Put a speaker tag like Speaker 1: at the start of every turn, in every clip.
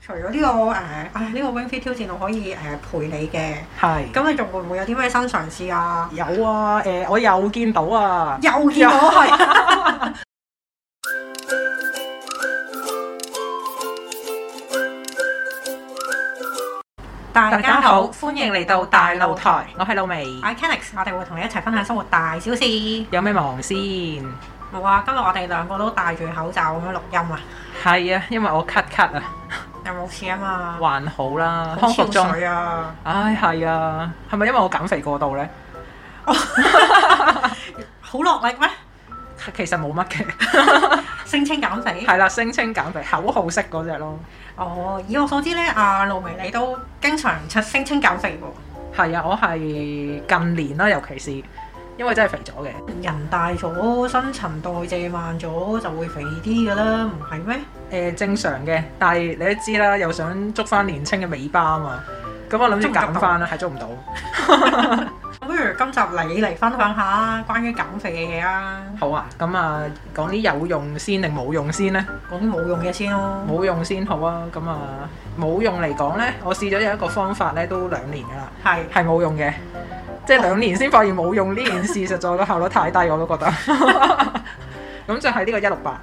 Speaker 1: 除咗呢、個誒啊呢個 Wingfit 挑戰我可以誒、陪你嘅，
Speaker 2: 係。
Speaker 1: 咁你仲會唔會有啲咩新嘗試啊？
Speaker 2: 有啊，誒、我又見到啊，
Speaker 1: 又見我係 大家好，歡迎嚟到大露台。
Speaker 2: 台，我係老味，
Speaker 1: I c a n i x 我哋會同你一齊分享生活大小事。
Speaker 2: 有咩忙先？
Speaker 1: 冇啊，今日我哋兩個都戴住口罩咁樣錄音啊，
Speaker 2: 係啊，因為我咳咳啊，
Speaker 1: 有冇事啊嘛？
Speaker 2: 還好啦，
Speaker 1: 好
Speaker 2: 康復
Speaker 1: 超
Speaker 2: 中。
Speaker 1: 水 啊！
Speaker 2: 唉，係啊，係咪因為我減肥過度呢？
Speaker 1: 好落力咩？
Speaker 2: 其實冇乜 嘅，
Speaker 1: 聲稱減肥。
Speaker 2: 係啦，聲稱減肥口號式嗰只咯。
Speaker 1: 哦，以我所知咧，阿露薇你都經常出聲稱減肥喎。
Speaker 2: 係啊，我係近年啦，尤其是因為真係肥咗嘅。
Speaker 1: 人大咗，新陳代謝慢咗，就會肥啲㗎啦，唔係咩？
Speaker 2: 誒、正常嘅，但係你都知啦，又想捉翻年青嘅尾巴啊嘛，咁我諗住
Speaker 1: 捉唔捉
Speaker 2: 減
Speaker 1: 到
Speaker 2: 翻啦，係捉唔到。
Speaker 1: 不如今集你嚟分享下關於減肥嘅嘢啊，
Speaker 2: 好啊，咁啊講啲有用先定冇用先呢？
Speaker 1: 講啲冇用嘅先咯。
Speaker 2: 冇用先好啊，咁啊冇用嚟講呢，我試咗有一個方法呢，都兩年噶啦，
Speaker 1: 係
Speaker 2: 係冇用嘅，即係兩年先發現冇用呢件事，實在個效率太低，我都覺得。 咁就係呢個一六八，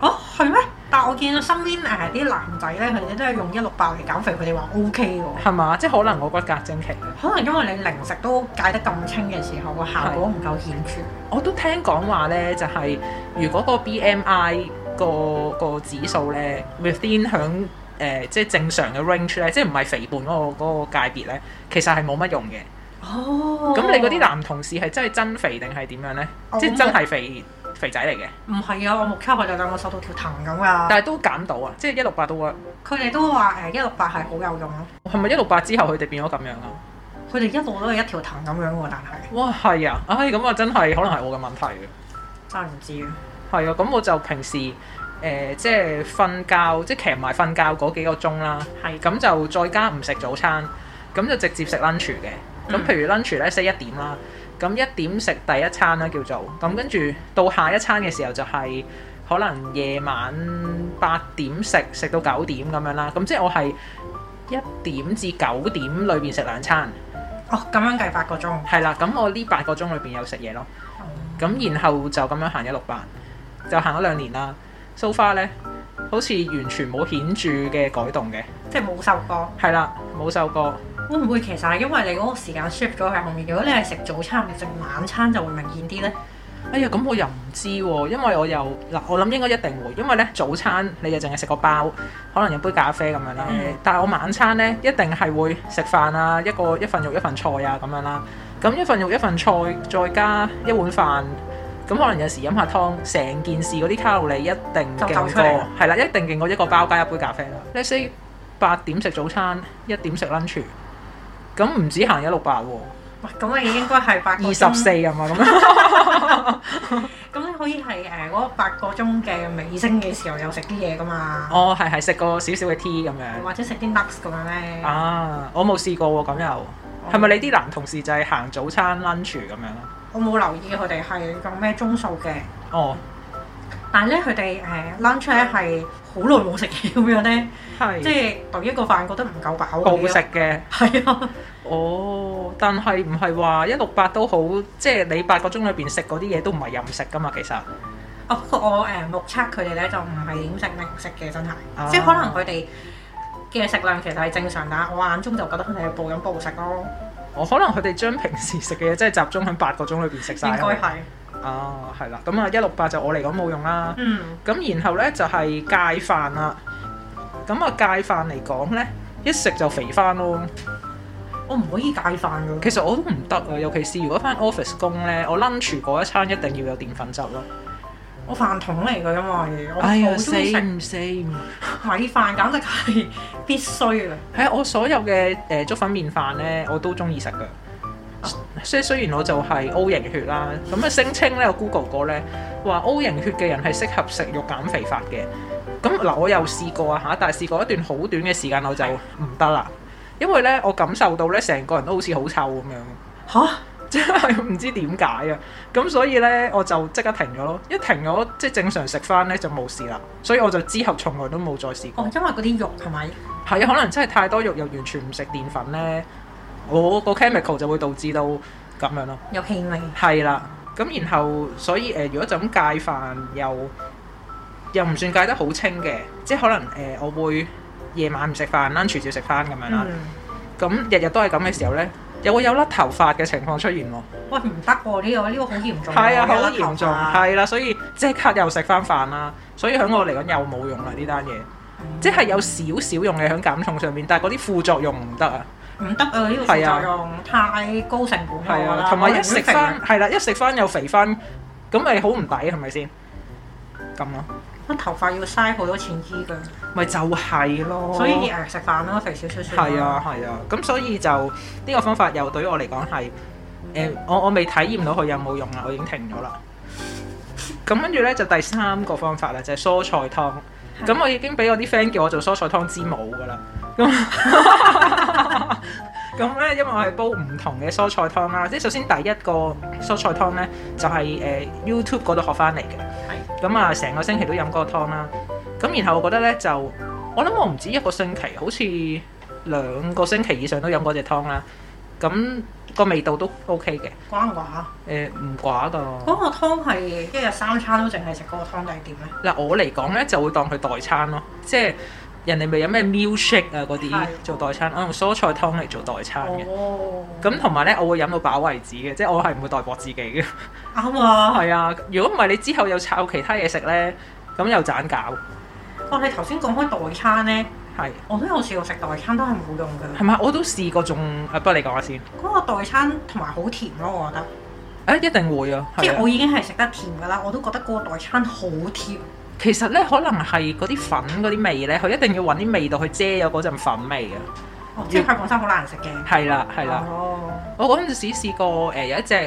Speaker 1: 哦，係咩？但我見到身邊誒啲男仔咧，佢哋都係用一六八嚟減肥，佢哋話 O K 喎。
Speaker 2: 係嘛？即係可能我骨骼精奇嘅
Speaker 1: 可能因為你零食都戒得咁清嘅時候，個效果唔夠顯著。
Speaker 2: 我都聽講話呢，就係、如果個 BMI 個個指數呢 within 響誒、呃即係正常嘅 range 呢，即係唔係肥胖嗰、個嗰、個界別呢，其實係冇乜用嘅。
Speaker 1: 哦
Speaker 2: 咁你嗰啲男同事係真係真肥定係點樣呢？
Speaker 1: 哦
Speaker 2: 即
Speaker 1: 咁
Speaker 2: 係真係肥肥仔嚟嘅，
Speaker 1: 唔係啊，我目測佢哋兩個瘦到條藤咁啊。
Speaker 2: 但係都減到啊！即係一六八都 work。
Speaker 1: 佢哋都話誒一六八係好有用咯，
Speaker 2: 係咪一六八之後佢哋變咗咁樣啊？
Speaker 1: 佢哋一路都係一條藤咁樣喎，但係
Speaker 2: 哇，係啊！唉、咁啊真係可能係我嘅問題嘅。
Speaker 1: 真係唔知啊。
Speaker 2: 係啊，咁我就平時誒、呃即係瞓覺，即係騎埋瞓覺嗰幾個鐘啦。
Speaker 1: 係
Speaker 2: 咁就再加唔食早餐，咁就直接食 lunch 嘅。咁
Speaker 1: 嗯
Speaker 2: 譬如 lunch 咧 say 一點啦，咁一點食第一餐啦叫做，咁跟住到下一餐嘅時候就係、可能夜晚八點食，食到九點咁樣啦。咁即係我係一點至九點裏邊食兩餐，
Speaker 1: 哦，咁樣計八個鐘。
Speaker 2: 係啦。咁我呢八個鐘裏邊有食嘢咯。咁然後就咁樣行一六八，就行咗兩年啦。so far 咧，好似完全冇顯著嘅改動嘅，
Speaker 1: 即係冇瘦過，
Speaker 2: 係啦，冇瘦過。
Speaker 1: 會唔會其實係因為你嗰個時間 shift 咗喺後面？如果你係食早餐，你食晚餐就會明顯啲咧。
Speaker 2: 哎呀，咁我又唔知喎、因為我又嗱，我諗應該一定會，因為咧早餐你就淨係食個包，可能飲杯咖啡咁樣啦。
Speaker 1: 嗯
Speaker 2: 但係我晚餐咧一定係會食飯啊，一個一份肉一份菜啊咁樣啦。咁一份肉一份菜，再加一碗飯，咁可能有時飲下湯，成件事嗰啲卡路里一定
Speaker 1: 就
Speaker 2: 勁
Speaker 1: 夠出嚟
Speaker 2: 過
Speaker 1: 啦，
Speaker 2: 係啦，一定勁過一個包加一杯咖啡啦。Let's say 八點食早餐，一點食 lunch，咁唔止行一六八喎，
Speaker 1: 喂，咁你應該係八個
Speaker 2: 二
Speaker 1: 鐘
Speaker 2: 十四啊嘛咁樣。
Speaker 1: 咁你可以係誒嗰八個鐘嘅尾聲嘅時候又食啲嘢噶嘛，
Speaker 2: 哦，係係食過少少嘅 tea 咁樣。
Speaker 1: 或者食啲 nuts 咁樣咧。
Speaker 2: 啊，我冇試過喎，咁
Speaker 1: 哦
Speaker 2: 又係咪你啲男同事就係行早餐 lunch 咁樣啊？
Speaker 1: 我冇留意佢哋係用咩鐘數嘅，
Speaker 2: 哦，
Speaker 1: 但係咧佢哋誒 lunch 咧係好耐冇食嘢咁樣咧，
Speaker 2: 係
Speaker 1: 即
Speaker 2: 即係
Speaker 1: 係第一個飯覺得唔夠飽嗰
Speaker 2: 暴
Speaker 1: 啲
Speaker 2: 食
Speaker 1: 咯。
Speaker 2: 嘅。
Speaker 1: 係啊，
Speaker 2: 哦，但係唔係話一六八都好，即係你八個鐘裏邊食嗰啲嘢都唔係任食噶嘛，其實。
Speaker 1: 啊不過我誒目測佢哋咧就唔係點食零食嘅，真係，
Speaker 2: 啊
Speaker 1: 即係可能佢哋嘅食量其實係正常，但係我眼中就覺得佢哎哋係暴飲暴食咯，
Speaker 2: 我哦可能佢哋將平時食嘅嘢，即係集中喺八個鐘裏邊食
Speaker 1: 應
Speaker 2: 晒。
Speaker 1: 該係，
Speaker 2: 啊，係啦，咁啊一六八就我嚟講冇用啦。
Speaker 1: 嗯，
Speaker 2: 咁然後咧就係、戒飯啦。咁啊戒飯嚟講咧，一食就肥翻咯。
Speaker 1: 我唔可以戒飯㗎，
Speaker 2: 其實我都唔得啊，尤其是如果翻 office 工咧，我 lunch 嗰一餐一定要有澱粉質咯。
Speaker 1: 我飯桶嚟㗎，因為我好
Speaker 2: 哎呀，
Speaker 1: 中
Speaker 2: 死
Speaker 1: 意食
Speaker 2: 唔死唔！
Speaker 1: 米飯，簡直係必須嘅。
Speaker 2: 係啊我所有嘅誒、呃、粥粉麵飯咧，我都中意食噶。啊即係雖然我就係 O 型血啦，咁啊聲稱咧，我 Google 過咧話 O 型血嘅人係適合食肉減肥法嘅。咁嗱，我又試過啊嚇，但係試過一段好短嘅時間我就唔得啦，因為咧我感受到咧成個人都好似好臭咁樣。
Speaker 1: 吓？
Speaker 2: 即係唔知點解啊！咁所以咧，我就即刻停咗咯。一停咗，即係正常食翻咧就冇事啦。所以我就之後從來都冇再試過。
Speaker 1: 哦，因為嗰啲肉係咪？
Speaker 2: 係啊，可能真係太多肉又完全唔食澱粉咧，我個 chemical 就會導致到咁樣咯。
Speaker 1: 有氣味。
Speaker 2: 係啦，咁然後所以誒、呃如果就咁戒飯又又唔算戒得好清嘅，即係可能誒、呃我會夜晚唔食飯，lunch 照食翻咁樣啦。
Speaker 1: 嗯。
Speaker 2: 咁日日都係咁嘅時候咧，又會有甩頭髮嘅情況出現喎。
Speaker 1: 喂，唔得喎！呢個呢個好嚴重喎。
Speaker 2: 係啊，好
Speaker 1: 有
Speaker 2: 嚴重，
Speaker 1: 頭髮
Speaker 2: 係啦，所以即刻又食翻飯啦，所以喺我嚟講又冇用啦呢單嘢，即係有少少用嘅喺減重上面，但係嗰啲副作用唔得啊，
Speaker 1: 唔得啊！呢個副
Speaker 2: 係啊
Speaker 1: 作用太高成本啦
Speaker 2: 係
Speaker 1: 我覺
Speaker 2: 啊，
Speaker 1: 得
Speaker 2: 同埋一
Speaker 1: 可能會
Speaker 2: 食
Speaker 1: 肥
Speaker 2: 翻係啦，一食翻又肥翻，咁咪好唔抵係咪先？咁咯，
Speaker 1: 乜頭髮要嘥好多錢醫㗎，
Speaker 2: 咪就係咯，
Speaker 1: 所以誒食飯啦，肥少少算啦
Speaker 2: 哦係啊，係啊，咁所以就呢個方法又對於我嚟講係誒，我我未體驗到佢有冇用啦，啊我已經停咗啦。咁跟住呢，就第三個方法啦，就係、蔬菜湯。咁我已經俾我啲 friend 叫我做蔬菜湯之母噶啦。咁 咁咧，因為我係煲唔同嘅蔬菜湯啦，即係首先第一個蔬菜湯呢，就係、誒、YouTube 嗰度學翻嚟嘅。咁啊，成個星期都飲嗰個湯啦。咁然後我覺得呢，就，我諗我唔止一個星期，好似〜兩個星期以上都飲嗰只湯啦，咁、個味道都 OK 嘅，誒、
Speaker 1: 關我啊！
Speaker 2: 唔寡噶。
Speaker 1: 嗰個湯係一日三餐都淨係食嗰個湯定係點咧？
Speaker 2: 嗱我嚟講咧就會當佢代餐咯，即係人哋咪有咩 milkshake 啊嗰啲
Speaker 1: 係
Speaker 2: 做代餐，我用蔬菜湯嚟做代餐嘅。
Speaker 1: 哦，
Speaker 2: 咁同埋咧，我會飲到飽為止嘅，即係我係唔會代薄自己嘅。
Speaker 1: 啱啊！
Speaker 2: 係啊，如果唔係你之後又炒其他嘢食咧，咁又盞搞。
Speaker 1: 哇！哦你頭先講開代餐咧，
Speaker 2: 係
Speaker 1: 我都有試過食代餐，都係冇用
Speaker 2: 係
Speaker 1: 㗎。
Speaker 2: 咪？我都試過仲啊，不過你講下先。
Speaker 1: 嗰個代餐同埋好甜咯，我覺得，
Speaker 2: 誒、一定會啊，
Speaker 1: 即
Speaker 2: 係
Speaker 1: 係
Speaker 2: 啊。
Speaker 1: 我已經係食得甜㗎啦，我都覺得嗰個代餐好甜。
Speaker 2: 其實咧，可能係嗰啲粉嗰啲味咧，佢一定要揾啲味道去遮咗嗰陣粉味嘅。
Speaker 1: 哦，即係佢本身好難食嘅。
Speaker 2: 係啦，係啦。
Speaker 1: 哦，
Speaker 2: 我嗰陣時試過誒、呃有一隻誒、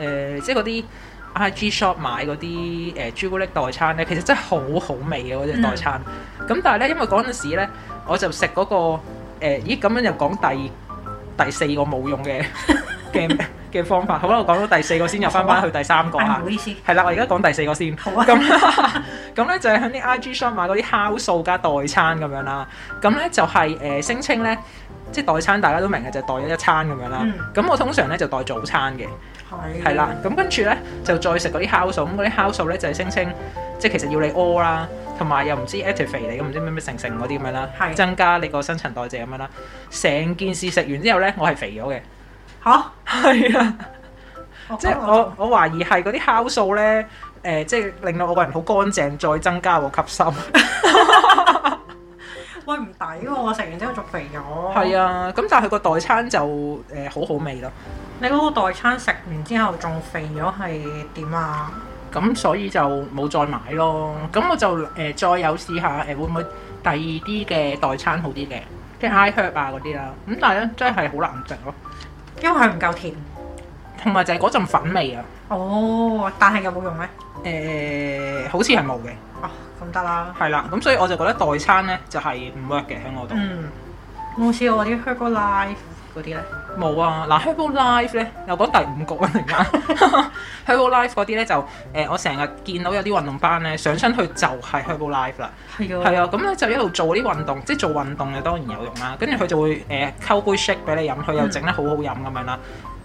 Speaker 2: 呃即係嗰啲 IG shop 買嗰啲誒朱古力代餐咧，其實真係好好味嘅嗰只代餐。咁、但係咧，因為嗰陣時咧，我就食嗰、個、呃、咦咁樣又講第第四個冇用嘅 嘅嘅方法。好啦，我講到第四個先入翻翻去第三個
Speaker 1: 唉
Speaker 2: 啊
Speaker 1: 哎唔好。意思。
Speaker 2: 係啦，我而家講第四個先。
Speaker 1: 好啊。
Speaker 2: 咁咁咧就係喺啲 IG shop 買嗰啲酵素加代餐咁樣啦。咁咧就係、誒、聲稱咧，即係代餐大家都明嘅，就係代咗一餐咁樣啦
Speaker 1: 嗯。
Speaker 2: 咁、我通常咧就代早餐嘅，
Speaker 1: 係。
Speaker 2: 係啦。。咁跟住咧就再食嗰啲酵素，咁嗰啲酵素咧就係、聲稱，即係其實要你屙啦，同埋又唔知 activate 你，咁唔知咩咩成成嗰啲咁樣啦，
Speaker 1: 係
Speaker 2: 增加你個新陳代謝咁樣啦。成件事食完之後咧，我係肥咗嘅，
Speaker 1: 嚇！
Speaker 2: 係啊。即係
Speaker 1: 係
Speaker 2: 我我懷疑係嗰啲酵素咧，誒、即係令到我個人好乾淨，再增加我吸收。
Speaker 1: 喂唔抵喎！我食完之後仲肥咗。
Speaker 2: 係啊，咁但係佢個代餐就誒、好好味咯。
Speaker 1: 你嗰個代餐食完之後仲肥咗係點啊？
Speaker 2: 咁所以就冇再買咯。咁我就誒、呃再有試下誒、會唔會第二啲嘅代餐好啲嘅，即係 i herb 啊嗰啲啦。咁但係咧真係好難食咯，
Speaker 1: 因為佢唔夠甜。
Speaker 2: 同埋就係嗰陣粉味啊。
Speaker 1: 哦，但係有冇用咧？
Speaker 2: 誒、呃好似係冇嘅，
Speaker 1: 啊，咁得啦。
Speaker 2: 係啦。咁所以我就覺得代餐咧就係唔 work 嘅喺我度。
Speaker 1: 嗯，冇試過啲 Herbalife 嗰啲咧。
Speaker 2: 冇啊！嗱 h e r b a l Life 咧，又講第五個啊！突然間 h e r b a l Life 嗰啲咧就誒、呃我成日見到有啲運動班咧上身去就係 h e r b a l Life 啦，
Speaker 1: 係啊。
Speaker 2: 係啊，咁咧就一路做啲運動，即係做運動就當然有用啦。跟住佢就會誒溝、杯 shake 俾你飲，佢又整得好好飲咁樣啦。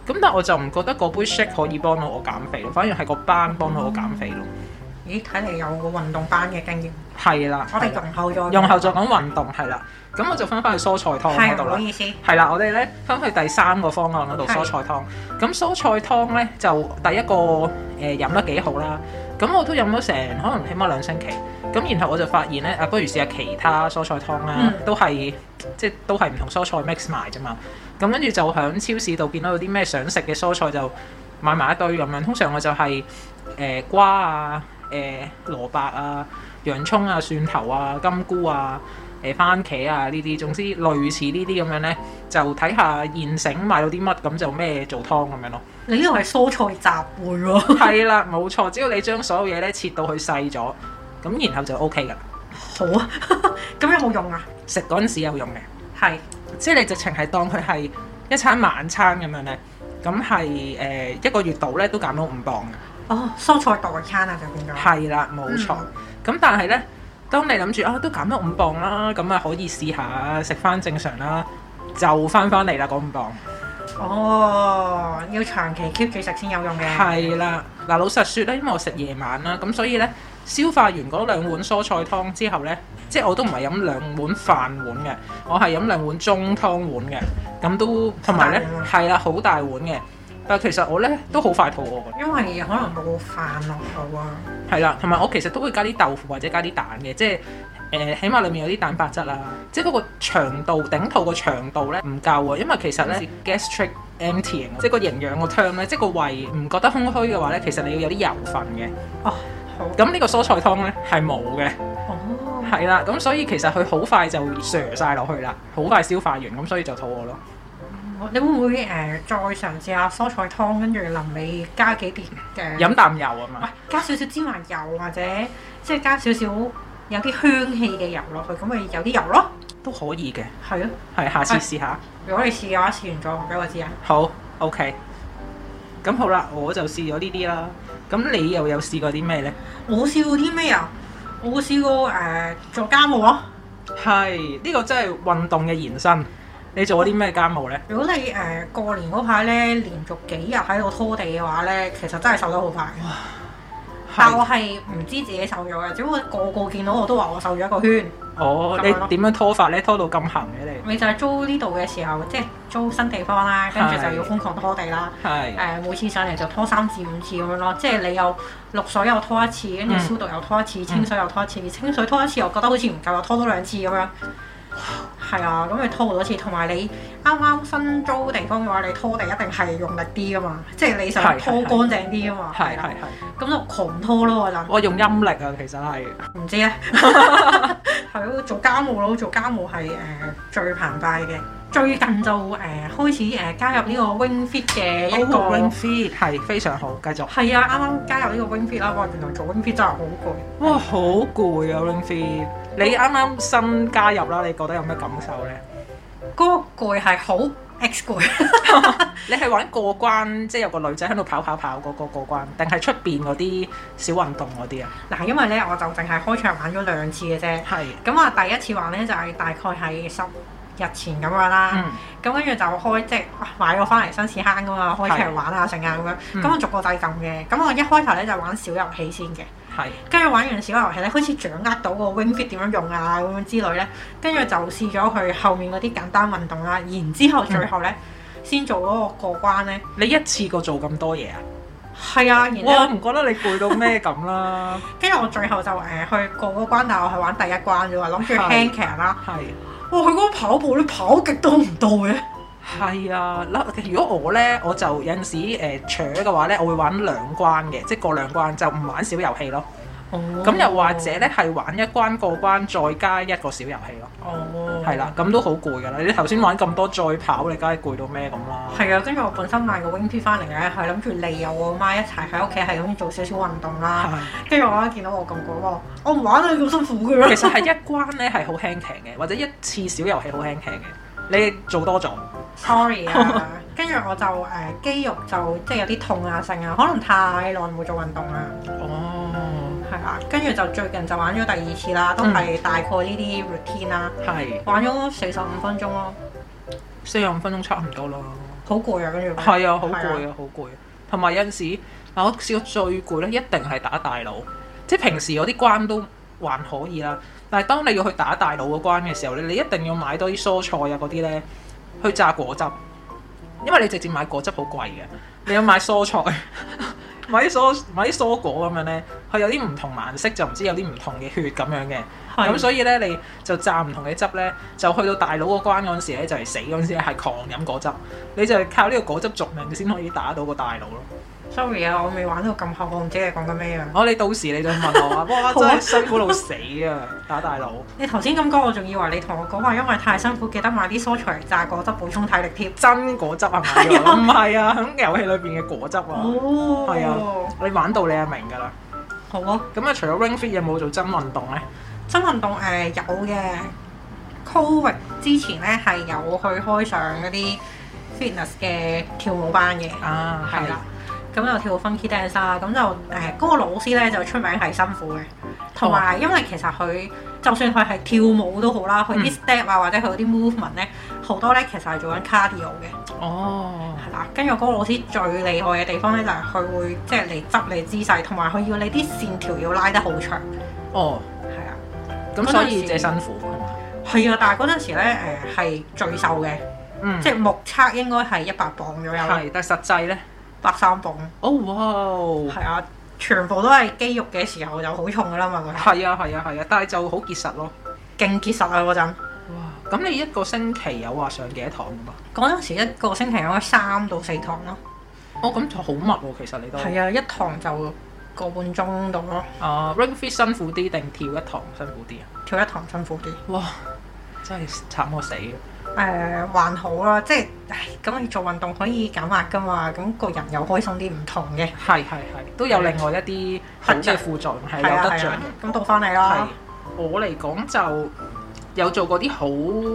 Speaker 2: 咁但我就唔覺得嗰杯 shake 可以幫到我減肥咯，反而係個班幫到我減肥咯。
Speaker 1: 嗯咦，睇嚟有個運動班嘅經驗。
Speaker 2: 係啦，
Speaker 1: 我哋
Speaker 2: 係啦
Speaker 1: 用後再
Speaker 2: 用後再講運動係啦，咁我就翻返去蔬菜湯嗰
Speaker 1: 係啊
Speaker 2: 度
Speaker 1: 唔
Speaker 2: 啦
Speaker 1: 好。意思。
Speaker 2: 係啦，我哋咧翻去第三個方案嗰度
Speaker 1: 係
Speaker 2: 蔬菜湯。咁蔬菜湯咧就第一個誒、呃、飲得幾好啦。咁我都飲咗成可能起碼兩星期。咁然後我就發現咧，啊不如試下其他蔬菜湯啦，
Speaker 1: 嗯
Speaker 2: 都係即係都係唔同蔬菜 mix 埋啫嘛。咁跟住就喺超市度見到有啲咩想食嘅蔬菜就買埋一堆咁樣。通常我就係、呃瓜啊、誒、蘿蔔啊、洋葱啊、蒜頭啊、金菇啊。誒番茄啊呢啲，總之類似呢啲咁樣呢，就睇下現成買到啲乜，咁就咩做湯咁樣咯。
Speaker 1: 你呢度係蔬菜集會喎。
Speaker 2: 係啦，冇錯，只要你將所有嘢呢切到佢細咗，咁然後就 O K 噶啦。
Speaker 1: 好啊。 咁有冇用啊？
Speaker 2: 食嗰陣時有用嘅，
Speaker 1: 係。
Speaker 2: 即係你直情係當佢係一餐晚餐咁樣呢，咁係誒一個月度咧都減到五磅嘅，
Speaker 1: 哦，蔬菜代餐啊，就變咗。
Speaker 2: 係啦，冇錯。咁、但係咧，當你諗住啊都減咗五磅啦，咁啊可以試下食翻正常啦，就翻翻嚟啦嗰五磅。
Speaker 1: 哦，要長期 keep 住食先有用嘅。
Speaker 2: 係啦，嗱老實説咧，因為我食夜晚啦，咁所以咧消化完嗰兩碗蔬菜湯之後咧，即係我都唔係飲兩碗飯碗嘅，我係飲兩碗中湯碗嘅，咁都同埋咧
Speaker 1: 好
Speaker 2: 係啦，好大碗啊嘅。但係其實我咧都好快肚餓
Speaker 1: 因為可能冇飯落肚啊。
Speaker 2: 嘅，係啦，同埋我其實都會加啲豆腐或者加啲蛋嘅，即係誒、呃起碼裡面有啲蛋白質啦。即係嗰個腸道頂肚個腸道咧唔夠啊，因為其實咧 gastric emptying，即係啊個營養個 term 咧，即係個胃唔覺得空虛嘅話咧，其實你要有啲油份嘅。
Speaker 1: 哦，好。
Speaker 2: 咁呢個蔬菜湯呢係冇嘅，
Speaker 1: 哦，
Speaker 2: 係啦，咁所以其實佢好快就瀡晒落去啦，好快消化完，咁所以就肚餓咯。
Speaker 1: 你會唔會誒、呃再嘗試下蔬菜湯，跟住臨尾加幾碟嘅？
Speaker 2: 飲啖油啊
Speaker 1: 喂
Speaker 2: 嘛，
Speaker 1: 加少少芝麻油或者即係加少少有啲香氣嘅油落去，咁咪有啲油咯。
Speaker 2: 都可以嘅，哎
Speaker 1: 係啊，
Speaker 2: 係下次試下。
Speaker 1: 如果你試嘅話，試完再話俾我知啊。
Speaker 2: 好，OK。咁好啦，我就試咗呢啲啦。咁你又有試過啲咩呢？
Speaker 1: 我試過啲咩啊？我試過誒、呃做家務咯。
Speaker 2: 係呢個真係運動嘅延伸。你做過啲咩家務呢？
Speaker 1: 如果你誒、呃、過年嗰排咧，連續幾日喺度拖地嘅話咧，其實真係瘦得好快。但
Speaker 2: 係
Speaker 1: 我係唔知自己瘦咗嘅，只不過個個見到我都話我瘦咗一個圈。
Speaker 2: 哦，你點樣拖法呢？拖到咁行嘅你
Speaker 1: 你就係租呢度嘅時候，即係租新地方啦，跟住
Speaker 2: 係
Speaker 1: 就要瘋狂拖地啦。誒、
Speaker 2: 係
Speaker 1: 每次上嚟就拖三至五次咁樣咯，即係你又綠水又拖一次，跟住
Speaker 2: 嗯
Speaker 1: 消毒又拖一次，清水又拖一次，清水拖一次又覺得好似唔夠，又拖多兩次咁樣。係啊，咁你拖好多次，同埋你啱啱新租地方嘅話，你拖地一定係用力啲噶嘛，即係你想
Speaker 2: 係係
Speaker 1: 拖
Speaker 2: 係
Speaker 1: 乾淨啲噶嘛。
Speaker 2: 係
Speaker 1: 啊
Speaker 2: 係，係，
Speaker 1: 咁就狂拖咯嗰陣。
Speaker 2: 我用陰力啊，其實係
Speaker 1: 唔知 咧，係咯，做家務咯，做家務係誒、呃最澎湃嘅。最近就誒、呃、開始誒、呃加入呢個 Wing Fit 嘅一個，
Speaker 2: 哦 ring fit 係非常好，繼續。
Speaker 1: 係、啊，啱啱加入呢個 Wing Fit 啦，哇！原來做 Wing Fit 真係好攰。
Speaker 2: 哇，好攰啊 Ring Fit！你啱啱新加入啦，你覺得有咩感受呢？
Speaker 1: 嗰、個攰係好 X 攰，
Speaker 2: 你係玩過關，即係有個女仔喺度跑跑跑嗰個過關，定係出邊嗰啲小運動嗰啲啊？
Speaker 1: 嗱，因為咧我就淨係開場玩咗兩次嘅啫，
Speaker 2: 係，
Speaker 1: 咁啊第一次玩咧就係、大概係十日前咁樣啦。
Speaker 2: 嗯，
Speaker 1: 咁跟住就開即係買咗翻嚟新市坑噶嘛，開
Speaker 2: 係
Speaker 1: 場玩啊成啊咁樣，
Speaker 2: 嗯
Speaker 1: 咁我逐個掣撳嘅，咁我一開頭咧就玩小遊戲先嘅，
Speaker 2: 係，
Speaker 1: 跟住玩完小遊戲咧，開始掌握到個 wing fit 點樣用啊咁樣之類咧，跟住就試咗佢後面嗰啲簡單運動啦，然之後最後咧
Speaker 2: 嗯
Speaker 1: 先做嗰個過關咧，
Speaker 2: 你一次過做咁多嘢啊？
Speaker 1: 係啊，然之後
Speaker 2: 哇，唔覺得你攰到咩咁啦？
Speaker 1: 跟住我最後就誒去過嗰關，但係我係玩第一關啫喎，諗住
Speaker 2: 係
Speaker 1: hand c a 啦，
Speaker 2: 係。
Speaker 1: 哇佢嗰個跑步咧跑極都唔到嘅，
Speaker 2: 係啊，嗱，如果我咧，我就有陣時誒扯嘅話咧，我會玩兩關嘅，即係過兩關就唔玩小遊戲咯。咁、又或者咧係玩一關過關，再加一個小遊戲咯。
Speaker 1: 哦
Speaker 2: 係啦，咁都好攰㗎啦。你頭先玩咁多再跑，你梗係攰到咩咁啦？
Speaker 1: 係啊，跟住我本身買個 wing T 翻嚟咧，係諗住利誘我媽一齊喺屋企係咁做少少運動啦。
Speaker 2: 係
Speaker 1: 跟住我媽見到我咁攰，我話我唔玩啦，啊你咁辛苦嘅
Speaker 2: 其實係一關咧係好輕騎嘅，或者一次小遊戲好輕騎嘅。你做多咗，
Speaker 1: ，sorry 啊。 跟住我就誒、肌肉就即係有啲痛啊，剩啊，可能太耐冇做運動啦，
Speaker 2: 哦，
Speaker 1: 係啊。跟住就最近就玩咗第二次
Speaker 2: 嗯
Speaker 1: 啦，都係大概呢啲 routine 啦，
Speaker 2: 係
Speaker 1: 玩咗四十五分鐘咯，
Speaker 2: 四十五分鐘差唔多啦。
Speaker 1: 好攰啊，跟住
Speaker 2: 係啊，好
Speaker 1: 係
Speaker 2: 攰啊，好攰啊。同埋有陣時，嗱我試過最攰咧，一定係打大佬。即係平時嗰啲關都還可以啦，但係當你要去打大佬嗰關嘅時候咧，你一定要買多啲蔬菜啊嗰啲咧，去榨果汁，因為你直接買果汁好貴嘅，你要買蔬菜， 買啲蔬買啲蔬果咁樣咧，佢有啲唔同顏色就唔知有啲唔同嘅血咁樣嘅，
Speaker 1: 係
Speaker 2: 咁所以咧你就榨唔同嘅汁咧，就去到大佬嗰關嗰陣時咧就係死嗰陣時係狂飲果汁，你就係靠呢個果汁續命先可以打到個大佬咯。
Speaker 1: sorry 啊，我未玩到咁後，我唔知你講緊咩啊。
Speaker 2: 我哋到時你就 問我話，哇
Speaker 1: 好啊
Speaker 2: 真係辛苦到死啊，打大佬。
Speaker 1: 你頭先咁講，我仲以為你同我講話，因為太辛苦，記得買啲蔬菜嚟榨果汁補充體力添。
Speaker 2: 真果汁係咪
Speaker 1: 係啊
Speaker 2: 啊？唔係啊，喺遊戲裏邊嘅果汁啊。
Speaker 1: 哦
Speaker 2: 係啊，你玩到你就明㗎啦。
Speaker 1: 好啊，
Speaker 2: 咁啊，除咗 Ring Fit 有冇做真運動咧？
Speaker 1: 真運動誒、呃有嘅。Covid 之前咧係有去開上嗰啲 fitness 嘅跳舞班嘅，
Speaker 2: 啊，
Speaker 1: 係
Speaker 2: 係
Speaker 1: 啦。咁就跳 funky dance 啦，咁就誒嗰、個老師咧就出名係辛苦嘅，同埋因為其實佢就算佢係跳舞都好啦，佢啲 step 啊或者佢啲 movement 咧好多咧其實係做緊 cardio 嘅。
Speaker 2: 哦，
Speaker 1: 係啦，跟住嗰個老師最厲害嘅地方咧，就係佢會即係嚟執你姿勢，同埋佢要你啲線條要拉得好長，
Speaker 2: 哦，
Speaker 1: 係啊，
Speaker 2: 咁所以即係辛苦係嘛？
Speaker 1: 係啊，但係嗰陣時咧誒係最瘦嘅，
Speaker 2: 嗯，
Speaker 1: 即係目測應該係一百磅左右啦，
Speaker 2: 係，但係實際咧，
Speaker 1: 百三磅，
Speaker 2: 哦哇，
Speaker 1: 係啊，全部都係肌肉嘅時候就好重噶啦嘛，佢
Speaker 2: 係啊係啊係啊，但係就好結實咯。
Speaker 1: 勁結實啊嗰陣，
Speaker 2: 哇，咁你一個星期有話上幾多堂㗎嘛？
Speaker 1: 嗰陣時一個星期應該三到四堂咯，
Speaker 2: 哦，咁就好密喎，其實你都
Speaker 1: 係啊，一堂就個半鐘度咯，
Speaker 2: 啊，ring fit 辛苦啲定跳一堂辛苦啲啊？
Speaker 1: 跳一堂辛苦啲。
Speaker 2: 哇，真係慘我死啊！
Speaker 1: 誒、還好啦，即係唉咁你做運動可以減壓噶嘛，咁個人又開心啲，唔同嘅，
Speaker 2: 係係係，都有另外一啲好嘅副作用係
Speaker 1: 啊
Speaker 2: 有得
Speaker 1: 係
Speaker 2: 着
Speaker 1: 啊
Speaker 2: 嘅。
Speaker 1: 咁到翻你
Speaker 2: 係
Speaker 1: 啦，
Speaker 2: 我嚟講就有做過啲好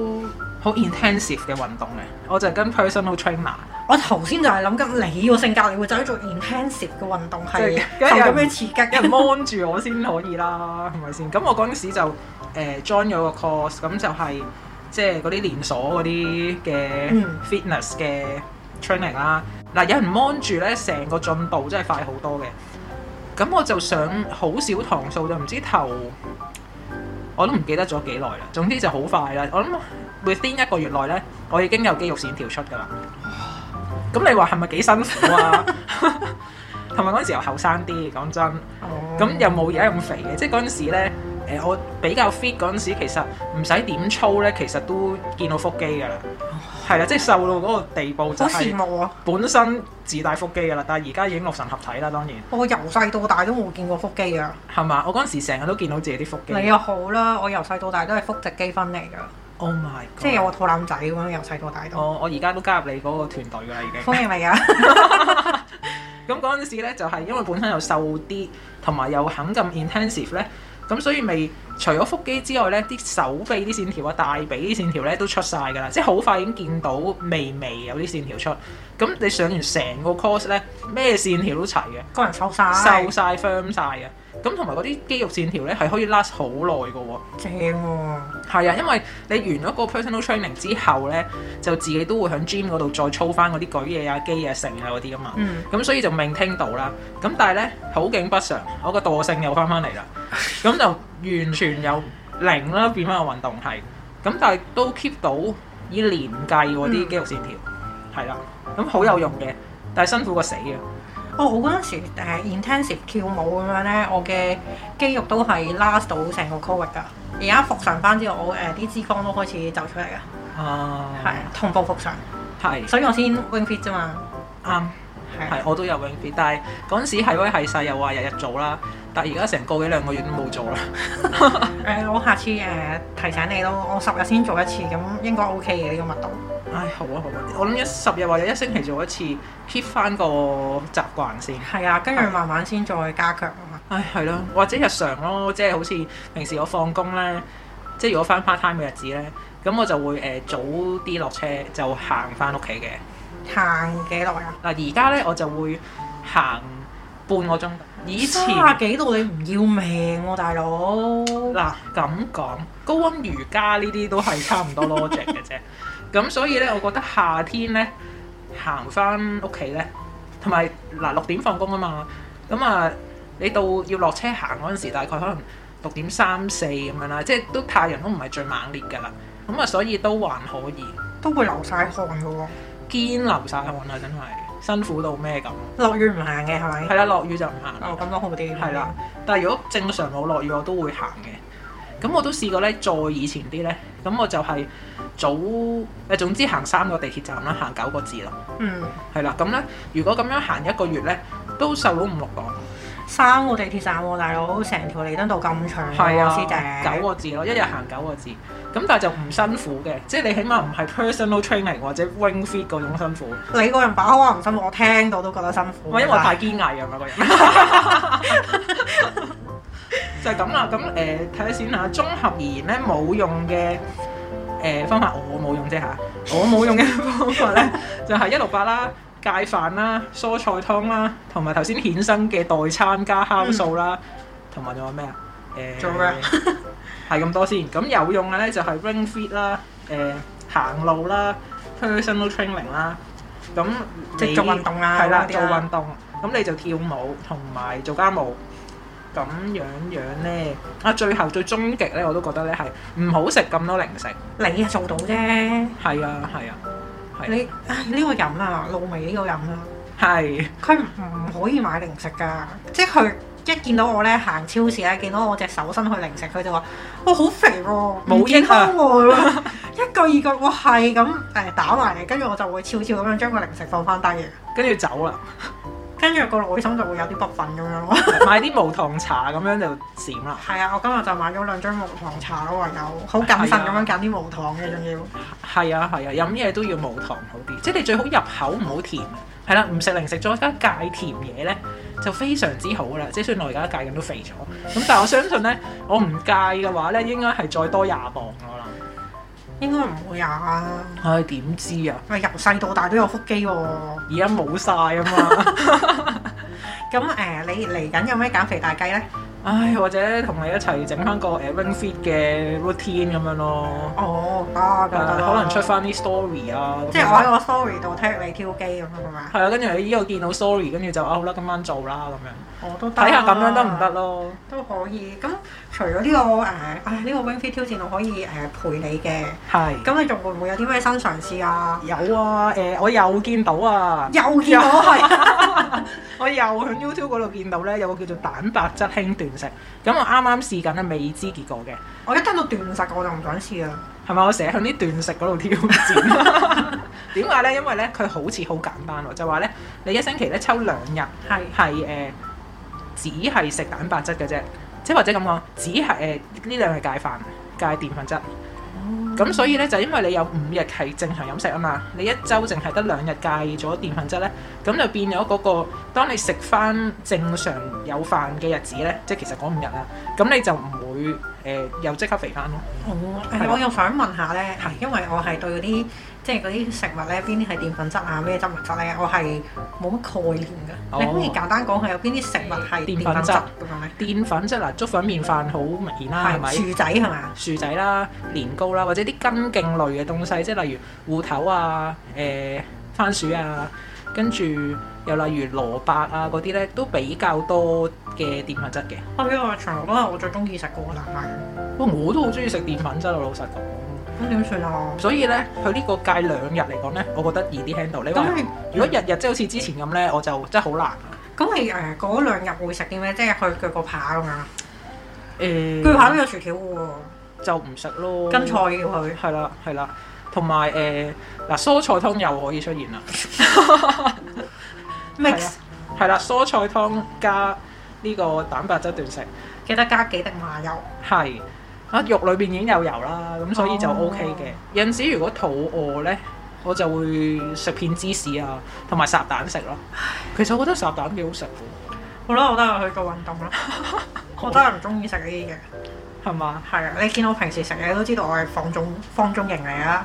Speaker 2: 好 intensive 嘅運動嘅，我就跟 personal trainer。
Speaker 1: 我頭先就係諗緊你個性格，你會走去做 intensive 嘅運動係
Speaker 2: 即係
Speaker 1: 受咁樣刺激
Speaker 2: 有人
Speaker 1: 嘅，
Speaker 2: mon 住我先可以啦，係咪先？咁我嗰陣時就誒、呃 join 咗個 course，咁就係、即係嗰啲連鎖嗰啲嘅
Speaker 1: 嗯
Speaker 2: fitness 嘅 training 啦。嗱、有人 mon 住咧，成個進度真係快好多嘅。咁我就上好少堂數，就唔知頭我都唔記得咗幾耐啦。總之就好快啦。我諗 within 一個月內咧，我已經有肌肉線條出㗎啦。咁你話係咪幾辛苦啊？ 同埋嗰陣時又後生啲，講真。咁又冇而家咁肥嘅，即係嗰陣時咧，誒、我比較 fit 嗰陣時，其實唔使點操咧，其實都見到腹肌㗎啦，係啦，即係瘦到嗰個地步就
Speaker 1: 哦好羨
Speaker 2: 係
Speaker 1: 慕啊！
Speaker 2: 本身自帶腹肌㗎啦，但係而家已經六神合體啦，當然
Speaker 1: 我由細到大都冇見過腹肌啊！
Speaker 2: 係嘛？我嗰陣時成日都見到自己啲腹肌
Speaker 1: 你又好啦，我由細到大都係腹直肌分嚟㗎，
Speaker 2: ，Oh my
Speaker 1: 即係有
Speaker 2: god！
Speaker 1: 個肚腩仔咁樣，由細到大都
Speaker 2: 我我而家都加入你嗰個團隊㗎啦，已經。
Speaker 1: 歡迎你啊！
Speaker 2: 咁嗰陣時咧，就係、因為本身又瘦啲，同埋又肯咁 intensive 咧，咁所以咪除咗腹肌之外咧，啲手臂啲線條啊、大髀啲線條咧都出晒㗎啦，即係好快已經見到微微有啲線條出。咁你上完成個 course 咧，咩線條都齊嘅，
Speaker 1: 個人瘦晒，
Speaker 2: 瘦晒 firm 晒嘅。咁同埋嗰啲肌肉線條咧係可以 last 好耐㗎喎。
Speaker 1: 正喎，
Speaker 2: 係啊，因為你完咗個 personal training 之後咧，就自己都會喺 gym 嗰度再操翻嗰啲舉嘢啊、肌啊、成啊嗰啲㗎嘛。
Speaker 1: 嗯，
Speaker 2: 咁所以就命聽到啦。咁但係咧，好景不常，我個惰性又翻翻嚟 啦。咁就完全由零啦，變翻個運動係。咁但係都 keep 到以年計嗰啲
Speaker 1: 嗯
Speaker 2: 肌肉線條，係啦、咁好有用嘅，但係辛苦過死啊嘅。
Speaker 1: 哦，我嗰陣時誒 intensive 跳舞咁樣咧，我嘅肌肉都係 last 到成個 covid 㗎。而家復常翻之後，我呃誒啲脂肪都開始走出嚟㗎，
Speaker 2: 啊，
Speaker 1: 係啊同步復常，
Speaker 2: 係
Speaker 1: 所以我先 wing fit 啫嘛。
Speaker 2: 啱，
Speaker 1: 係
Speaker 2: 係
Speaker 1: 啊
Speaker 2: 我都有 wing fit，但係嗰陣時係威係細，又話日日做啦，但係而家成個幾兩個月都冇做啦。
Speaker 1: 誒、我下次誒、提醒你咯，我十日先做一次，咁應該 OK 嘅呢個密度。
Speaker 2: 唉，好啊好啊，我諗一十日或者一星期做一次，keep 翻個習慣先。
Speaker 1: 係啊，跟住慢慢先再加強啊嘛。
Speaker 2: 唉，係咯，或者日常咯，即係好似平時我放工咧，即係如果翻 part time 嘅日子咧，咁我就會誒、呃早啲落車就行翻屋企嘅。
Speaker 1: 行幾耐啊？
Speaker 2: 嗱，而家咧我就會行半個鐘。以前
Speaker 1: 卅幾度你唔要命喎、大佬。
Speaker 2: 嗱咁講，高温瑜伽呢啲都係差唔多 logic 嘅啫。咁所以咧，我覺得夏天咧行翻屋企咧，同埋嗱六點放工啊嘛，咁啊你到要落車行嗰陣時，大概可能六點三四咁樣啦，即係都太陽都唔係最猛烈㗎啦。咁啊，所以都還可以，
Speaker 1: 都會流晒汗嘅喎、
Speaker 2: 堅流晒汗啊，真係辛苦到咩咁。
Speaker 1: 落雨唔行嘅係咪？
Speaker 2: 係啦，落雨就唔行啦。
Speaker 1: 哦，咁都好啲。
Speaker 2: 係啦，但係如果正常冇落雨，我都會行嘅。咁我都試過咧，再以前啲咧，咁我就係早誒，總之行三個地鐵站啦，行九個字啦，
Speaker 1: 嗯。
Speaker 2: 係啦。咁咧，如果咁樣行一個月咧，都瘦到五六磅，
Speaker 1: 三個地鐵站喎，大佬，成條彌敦道咁長
Speaker 2: 係
Speaker 1: 喎，
Speaker 2: 啊
Speaker 1: 師，姐。
Speaker 2: 九個字咯，一日行九個字。咁但係就唔辛苦嘅，即係你起碼唔係 personal training 或者 wing fit 嗰種辛苦，
Speaker 1: 你個人把口啊話唔辛苦，我聽到都覺得辛苦。
Speaker 2: 唔係因為我太堅毅啊嘛個人。呃就係咁啦，咁誒睇下先嚇。綜合而言咧，冇用嘅誒、誒方法我冇用啫嚇，我冇用嘅方法咧就係一六八啦、芥飯啦、蔬菜湯啦，同埋頭先衍生嘅代餐加酵素啦，同埋仲有咩啊？誒
Speaker 1: 仲有咩啊？
Speaker 2: 係咁多先。咁有用嘅咧就係 Ring Fit 啦、誒行路啦、personal training 啦，咁
Speaker 1: 即係
Speaker 2: 你
Speaker 1: 做運動啊
Speaker 2: 係啦，
Speaker 1: 嗰
Speaker 2: 做
Speaker 1: 啲啦
Speaker 2: 運動。咁你就跳舞同埋做家務。咁樣樣咧，啊最後最終極咧，我都覺得咧係唔好食咁多零食。
Speaker 1: 你啊做到啫，
Speaker 2: 係啊，係啊，係
Speaker 1: 你唉呢、個人啊，露媚呢個人啊，
Speaker 2: 係
Speaker 1: 佢唔可以買零食㗎，即係佢一見到我咧行超市啊咧，見到我隻手伸去零食，佢就話：我好肥喎、
Speaker 2: 冇益啊
Speaker 1: 唔健康喎、一句二句，我係咁誒打埋嚟，跟住我就會悄悄咁樣將個零食放翻低嘅，
Speaker 2: 跟住走啦，
Speaker 1: 跟住個內心就會有啲不忿咁樣咯。
Speaker 2: 買啲無糖茶咁樣就閃啦。
Speaker 1: 係啊，我今日就買咗兩樽無糖茶咯，唯有好謹慎咁
Speaker 2: 啊
Speaker 1: 樣揀啲無糖嘅，仲要。
Speaker 2: 係啊，係啊，飲嘢都要無糖好啲，即係你最好入口唔好甜。係啦，唔食零食再加戒甜嘢咧，就非常之好啦。即係雖然我而家戒緊都肥咗，咁但係我相信咧，我唔戒嘅話咧，應該係再多廿磅我諗。
Speaker 1: 應該唔會啊！
Speaker 2: 唉，點知啊？
Speaker 1: 喂，由細到大都有腹肌喎、
Speaker 2: 而家冇晒啊 嘛！
Speaker 1: 咁誒、你嚟緊有咩減肥大計呢？
Speaker 2: 唉，或者同你一齊整翻個誒 Ring Fit 嘅 routine 咁樣咯。
Speaker 1: 哦，啊，咁
Speaker 2: 啊可能出，翻啲 story 啊，
Speaker 1: 即係我喺我 story 度踢你挑機咁樣係嘛？
Speaker 2: 係啊，跟住喺呢度見到 story，跟住就啊好啦，今晚做啦咁樣，
Speaker 1: 我都得啊
Speaker 2: 睇下咁樣得唔得？咯？
Speaker 1: 都可以。咁除咗呢、個誒，唉、呢、個 wing fit 挑戰我可以誒、陪你嘅。
Speaker 2: 係
Speaker 1: 咁你仲會唔會有啲咩新嘗試啊？
Speaker 2: 有啊，誒、我又見到啊，
Speaker 1: 又見到係，
Speaker 2: 我又喺 YouTube 嗰度見到咧，有個叫做蛋白質輕斷食，咁我啱啱試緊咧，未知結果嘅，
Speaker 1: 我一聽到斷食我就唔想試啊啦。
Speaker 2: 係咪？我成日向啲斷食嗰度挑戰，點解咧？因為咧佢好似好簡單喎，就話咧你一星期咧抽兩日。
Speaker 1: 係
Speaker 2: 係誒、呃只係食蛋白質嘅啫，即係或者咁講，只係誒呢兩係戒飯戒澱粉質。
Speaker 1: 哦
Speaker 2: 咁所以咧就因為你有五日係正常飲食啊嘛，你一周淨係得兩日戒咗澱粉質咧，咁就變咗嗰、個當你食翻正常有飯嘅日子咧，即係其實嗰五日啦，咁你就唔會誒、呃又即刻肥翻咯。
Speaker 1: 哦，
Speaker 2: 係
Speaker 1: 誒，
Speaker 2: 啦
Speaker 1: 我又想問下咧
Speaker 2: 係，
Speaker 1: 因為我係對嗰啲即係嗰啲食物咧，邊啲係澱粉質啊，咩質物質咧，我係冇乜概念
Speaker 2: 哦
Speaker 1: 㗎。你可以簡單講下有邊啲食物係澱
Speaker 2: 澱粉
Speaker 1: 粉
Speaker 2: 質啊
Speaker 1: 質咁樣咧？
Speaker 2: 澱粉質嗱，粥粉麵飯好明顯啦，係咪？
Speaker 1: 係薯仔係嘛？
Speaker 2: 薯仔啦、年糕啦，或者啲根莖類嘅東西，即係例如芋頭啊、誒、番薯啊，跟住又例如蘿蔔啊嗰啲咧，都比較多嘅澱粉質嘅。
Speaker 1: 我呢個長螺都係我最中意食嗰個蛋白。
Speaker 2: 哇！我都好中意食澱粉質啊，老實講。
Speaker 1: 咁點算啊？
Speaker 2: 所以咧，佢呢個戒兩日嚟講咧，我覺得易啲 handle。你話
Speaker 1: 咁你
Speaker 2: 如果日日即係好似之前咁咧，我就真係好難。
Speaker 1: 咁你誒嗰兩日會食啲咩？即係去鋸個扒咁樣，
Speaker 2: 誒、
Speaker 1: 鋸扒都有薯條嘅喎，
Speaker 2: 就唔食咯。
Speaker 1: 跟菜要佢。
Speaker 2: 係啊啦，係啦，同埋誒嗱蔬菜湯又可以出現啦。係啊
Speaker 1: mix
Speaker 2: 係啦，蔬菜湯加呢個蛋白質斷食，
Speaker 1: 記得加幾滴麻油。
Speaker 2: 係啊肉裏邊已經有油啦，咁所以就
Speaker 1: 哦
Speaker 2: O K 嘅。有陣時如果肚餓呢，我就會食片芝士啊，同埋烚蛋食咯。其實我覺得烚蛋幾好食喎，
Speaker 1: 好啦，我都係去做運 動啦。我都係唔中意食呢啲嘅。
Speaker 2: 係嘛？
Speaker 1: 係啊，你見我平時食嘢都知道我係放縱放縱型嚟啊。